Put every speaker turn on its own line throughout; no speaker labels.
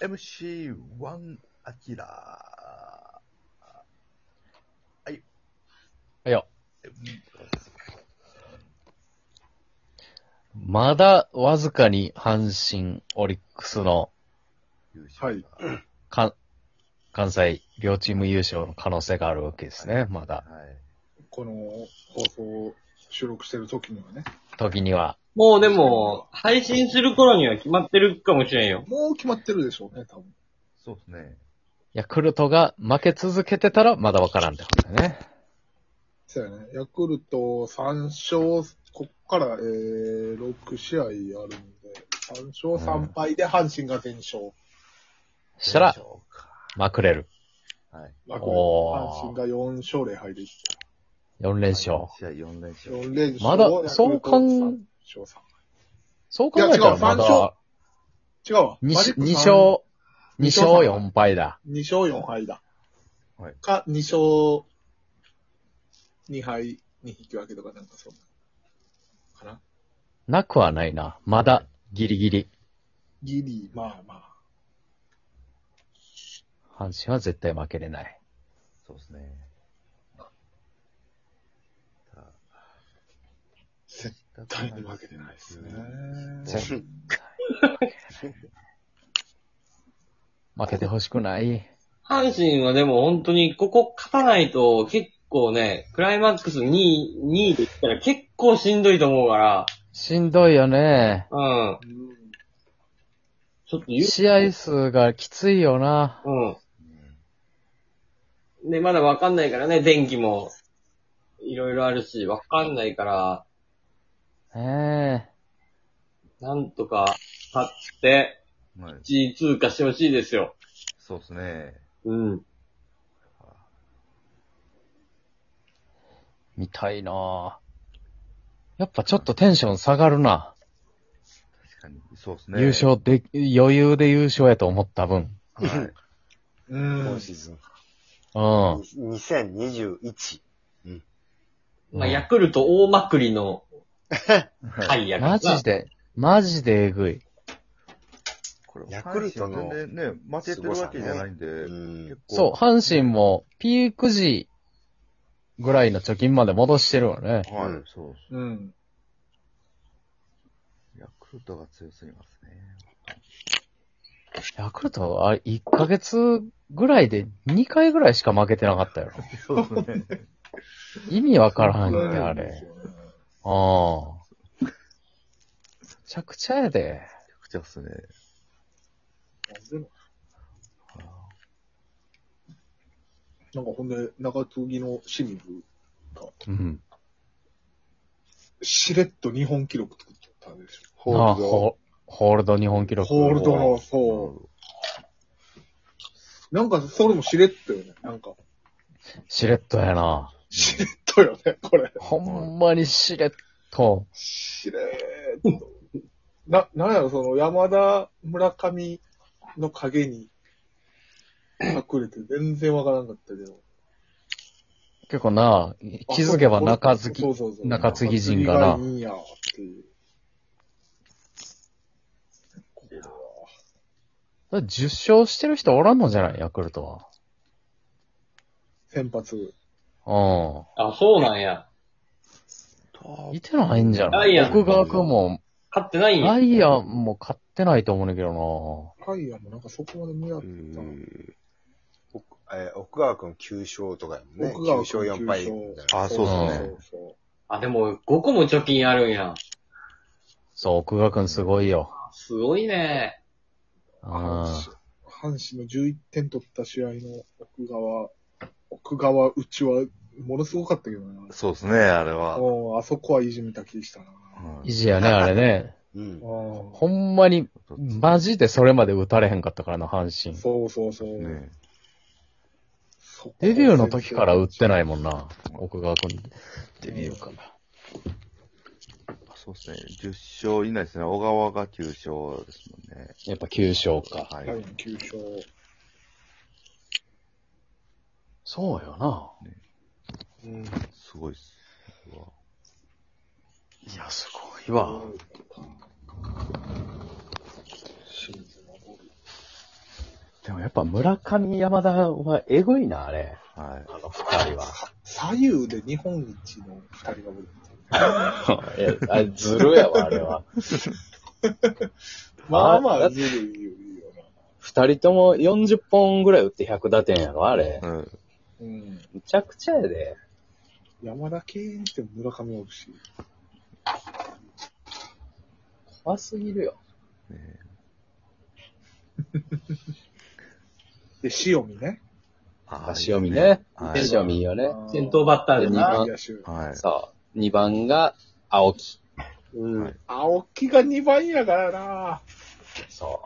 4MC1 アキラはい。
はいよ。
うん
まだわずかに阪神、オリックスの
優勝がはい。
か関西両チーム優勝の可能性があるわけですね、まだ。
この放送を収録してる時にはね。
時には。
もうでも、配信する頃には決まってるかもしれんよ。
もう決まってるでしょうね、多分。
そうですね。
ヤクルトが負け続けてたらまだわからんってことだね。
そうやね。ヤクルト3勝、こっから、えー、6試合あるんで、3勝3敗で阪神が全勝。
そしたら
どう、でょうか
まくれる。
はい。
楽
おー
阪神が4勝0敗でき
4連勝。
試合4連
た。
勝。
4連勝。
まだそうかん
ヤクルト3勝
そう考えたらま
いや
だ
違う三勝3敗。違うわ。
2
マジック
勝、二
3
勝
二勝
4敗だ。
2勝4敗だ。
はい
か、2勝2敗2引き分けとかなんかそんな。かな
なくはないな。まだ、ギリギリ。
ギリ、まあまあ。
阪神は絶対負けれない。
そうですね。さあ
絶対に負けてないですね。
絶負けてほしくない。
阪神はでも本当に、ここ勝たないと結構ね、クライマックス2位、2位で来たら結構しんどいと思うから、
しんどいよね。
うん。
うん
ちょっと言う。
試合数がきついよな。
うん。で、まだわかんないからね、電気も、いろいろあるし、わかんないから、
ね
なんとか、勝って、
うん。まあ、
1位通過してほしいですよ。
そうですね。
う
え。
ん。
見たいなやっぱちょっとテンション下がるな。
確かに。そうですね。
優。勝で、余裕で優勝やと思った分。
はい。
うん
今シーズン。
うん。
2021。
まあ、ヤクルト大まくりの
はい。
回やからな。
マジで、マジでえぐい。
これ
ヤクルト
阪神
の
は全然ね、負けてるわけじゃないんで、
うん
結。構
そう、阪神もピーク時ぐらいの貯金まで戻してるわ
は
ね。
い、
うん
そうそ
うん。
う。ヤクルトが強すぎますね。
ヤクルトは1ヶ月ぐらいで2回ぐらいしか負けてなかったよ。
そうですね。
意味わからんって、あれ。
そうなんですよね。
ああ。めちゃくちゃやで。
くちゃっすね。
でもなんかほんで、中継ぎの清水が、
うん。
しれっと日本記録作っちゃったでし
ホ
ああ
ールド。
ホホールド日本記
ょ。
録。
ホールドの、そ。
そう
なんか、それもしれっとよね。なんか、
しれっとやな。
しれっとよね、これ。
ほんまにしれっと。
しれーっと。な、なんやろ、その、山田、村上の影に隠れて全然わからんかったけど。
結構な、気づけば中継ぎ
そう。そうそう
中継ぎ陣がな
中継ぎがいいんやっていう。これは
10勝してる人おらんのじゃないヤクルト
先発。
は。
あ、そうなんや。
うん。いてないんじゃな
ライ
い
アン
奥川くんも、
勝ってないんや
ラ。イアンも買ってないと思うねんだけど
カイアもなんかそこまで見合っ
う
た。
ん。奥えー奥川くん9勝とかやもんね。
奥川
9勝4敗。
あそう
っすね
そうそう
あ、でも5個も貯金あるんや。
な。そう、奥川くんすごいよ。
すごいね。
う
そう阪
ん。
神阪神の11点取った試合の奥川、奥川うちはものすごかったけどな。
そうですね、あれは。
もうあそこはいじめた気したな。
意地やね、あれね。
うん。
う
ほんまに、
うん
マジでそれまで打たれへんかったからな、阪
ん
神。
そうそうそう。
ね
そこ
デビューの時から打ってないもんな
う、ん
奥川君。デビューか。
そうですね。10勝以内ですね。小川が9勝ですもんね。
やっぱ9勝か。
は。
はいい、9勝。
そうよな。
うん。
すごいっす。うわ
いや、すごいわ。
清水のボール。
やっぱ村上山田はえぐいな、あれ。
はい。
あの二 人は。
左右で日本一の二人がおる。
いやあれずるやわ、あれは。
まあま
だ
あ、
っ
ずるいよな。
二人とも40本ぐらい打って100打点やろ、あれ。
うん。
うん。
むちゃくちゃやで。
山田敬遠しても村上おるし。
怖すぎるよ。
で、塩見ね。
あ
塩見ね。
はい
塩見いいよね。
先頭バッターで
で
2
2
番。
番野手。
はい。
そう。2番が青木。
うん。
はい
青木が2番やからな。
そ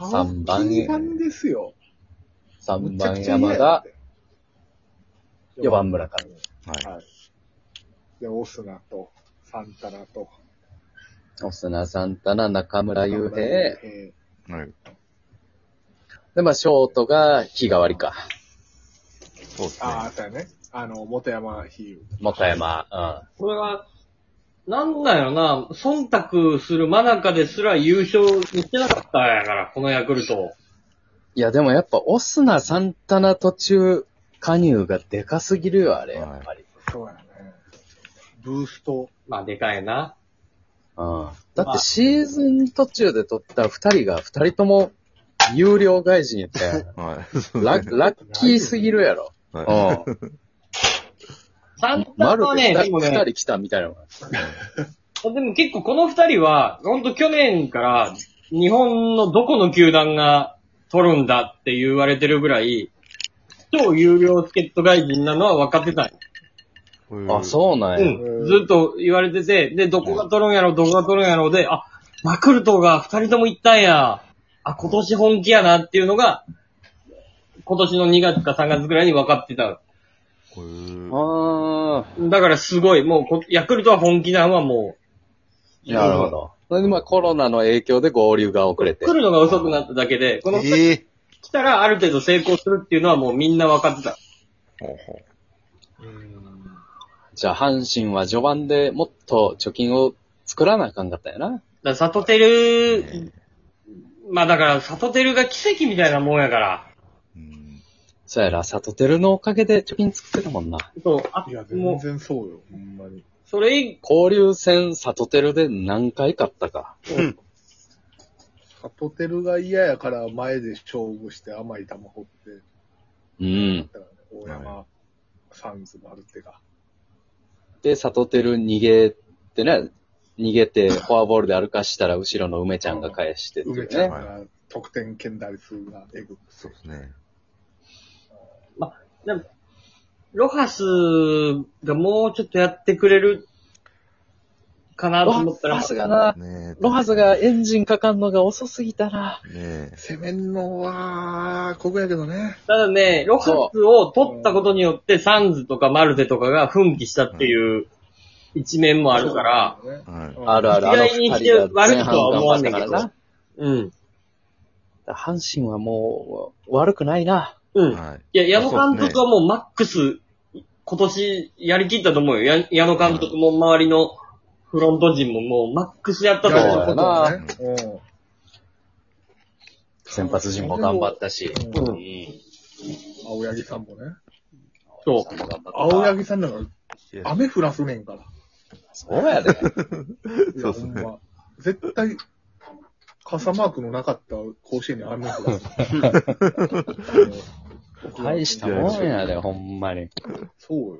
青
三
木
番
2番ですよ。
う。3
むちゃ
番
くちゃ嫌
山
やっ
田、
て。
4番村上。
はい。
で、オスナと、サンタナと。
オスナ・サンタナ、中村悠
中
平。
村悠
はい。
で、まあ、ショートが日替わりか。
そうです
平ああ、あ
ね。
ったよね。あの、元山比喩。
元山。
これは、なんだよな、忖度する真中ですら優勝にしてなかったんやから、このヤクルト。
うん。いや、でもやっぱ、オスナ・サンタナ途中、加入がでかすぎるよ、あれ、やっぱり。
そうやね。ブースト。
まあ、でかいな。
うん。だって、シーズン途中で取った二人が、二人とも、有料外人や ったやん
はい。そう
ラ
ですね
ラッキーすぎるやろ。
は
うん。
サンタ
まる
ナは
で
ね、
二
で
人
も
二
ね、
人来たみたいなもん。
でも結構この二人は、ほんと去年から、日本のどこの球団が取るんだって言われてるぐらい、超有料助っ人外人なのは分かってたんや
い。
あ、そうなんや。
うん。ずっと言われてて、で、どこが取るんやろ、どこが取るんやろで、あ、マクルトが二人とも行ったんや。あ、今年本気やなっていうのが、今年の2月か3月ぐらいに分かってた。
う。うん
あ
だからすごい、もうこ、ヤクルトは本気なんはも
あ、なるほど。それで、まあ、コロナの影響で合流が遅れ
う、
て
来。るのが遅くなっただけで、この
ええ。
来たらある程度成功するっていうのはもうみんな分かってた。
ほうほ
じゃあ、阪神は序盤でもっと貯金を作らなあかんかったよな。
だから、サトテ
う
ル
ね、
まあだから、サトテルが奇跡みたいなもんやから。
うん
そうやら、サトテルのおかげで貯金作ってたもんな。
そう、あ
いや、、全
もう、
然そうよ、ほんまに。
それ以
交流戦サトテルで何回勝ったか。
サトテルが嫌やから前で勝負して甘い球放って、
うん。
だからね、大山、サンズ、マルテが。
で、サトテル逃げてね、逃げてフォアボールで歩かしたら後ろの梅ちゃんが返してっていう
梅ちゃん
ね。
が得点圏打率がえぐ。
そうですね。
ロハスがもうちょっとやってくれるかなと思った
ロ
ら
ハ、スがな、
ねえ。
ロハスがエンジンかかんのが遅すぎたな。
ね
攻めんのは、ここやけどね。
ただね、ロハスを取ったことによってサンズとかマルテとかが奮起したっていう一面もあるから、
そうだよね
え。はい。
あるある、あの二人が前半頑張ったからな。
うん。
阪神はもう悪くないな。
うん。
はい。
いや、矢野監
そうです
督
ね
はもうマックス、今年やりきったと思うよ。や矢野監督も周りのフロント陣ももうマックスやったと
やれ
思う。
ることはね。うん
先発陣も頑張ったし。
う
うんん。
青柳さんもね。
そう。
青柳さんなんか
いや
雨降らすねんから。
そうやで。
い
そう
や
っすね
ほんま絶対、傘マークのなかった甲子園に雨降らす。
大したもんやで、ほんまに。
そうよ。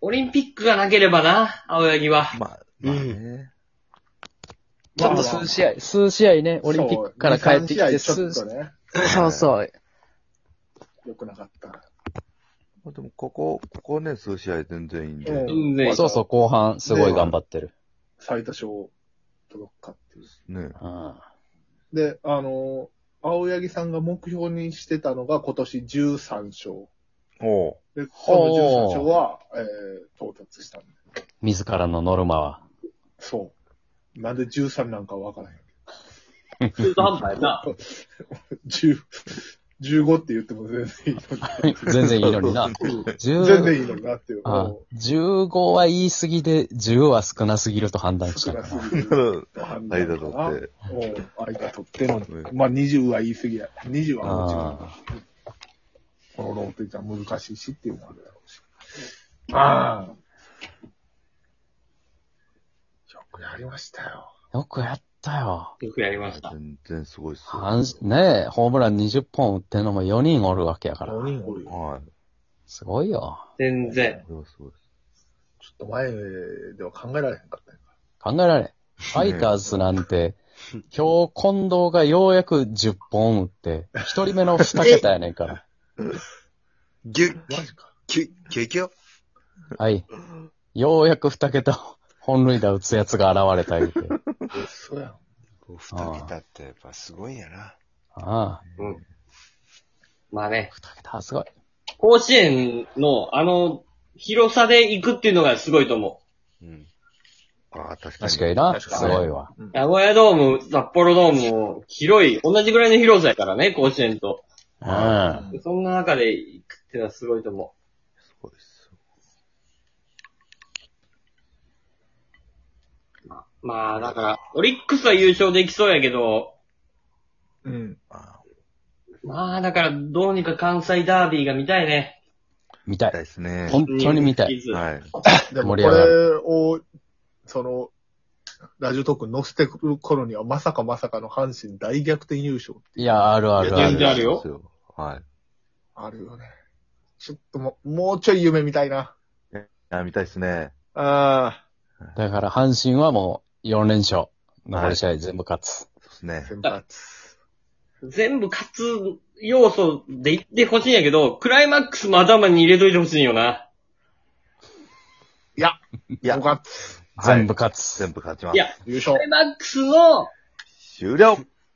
オリンピックがなければな、青柳は。
まあ、まあね。
ちょっと数試合、数試合ね、オリンピックから帰ってきて、
そう
数
二三試
試
合ちょっとね、
合、そうそう。
良くなかった。
まあでも、ここ、ここね、数試合全然いいん
う
で。
全然。
そうそう、後半、すごい頑張ってる。
最多勝届くかっていう。
ね
うん。
で、あの、青柳さんが目標にしてたのが今年13勝。
おう。
で、その13勝は、えー、到達したんで。
自らのノルマは。
そう。なんで13なんかわからへん。
中途半端やな。
10 15って言っても全然いいのに。
全然いいのに な。
全
10
然いいのになっていう。
あ
も
15は言い過ぎで、10は少なすぎると判断
う
した
少
か
な
ら
す
な。
ぎる。
間取って。
もう、間取ってのに
う。
まあ、20は言い過ぎや。20はもちろん
あ、
このローテーションは難しいしっていうのもあるだろうし。ああ。よくやりましたよ。
よくやったよ。
よくやりました。
全然すごいっすよ。は
阪神ねえ、ホームラン20本打ってんのも4人おるわけやから。
4人おる
い。
よ。
こ
すごいよ。
全然。
れはすごいっす。
ちょっと前では考えられへんかったね。
考えられん。ファイターズなんて、今日近藤がようやく10本打って、1人目の2桁やねんから。
ぎゅ、
マジか。
きゅ、きゅきゅ
はい。ようやく2桁本塁打打つやつが現れた言うて。
そうやん。
こう二桁ってやっぱすごいんやな。
ああ、
うん。まあね、
2桁はすごい。
甲子園のあの広さで行くっていうのがすごいと思
うん。
ああ、確かに。
確かにな。
確か
す
に
ごいわ。
う。名古屋ドーム、札幌ドームも広い、同じぐらいの広さやからね、甲子園と。
うん。あ
そんな中で行くっていうのはすごいと思
すごいっす
う。まあ、だから、オリックスは優勝できそうやけど、
うん。
まあ、だから、どうにか関西ダービーが見たいね。
見た
よ。痛い
い。
っすね。
本当に見たい。
い。
はい。
でもこ
盛り上が
れを、その、ラジオトークに載せてくる頃には、まさかまさかの阪神大逆転優勝って
いや、あるあるあ
いや全然
る。
あるよ
そうっす。はい。
あるよね。ちょっともう、もうちょい夢みたいな。
あ、見たいっすね。
あ
だから阪神はもう4連勝。残り試合全部勝つ。
そうっすね
あ、。先発。
全部勝つ要素で言ってほしいんやけど、クライマックスも頭に入れといてほしいんよな。
いや、
いや
5月、
はい
全部勝つ。
全部勝ちま
い
す。
や、
優
ク
勝
ライ。マックスの
終了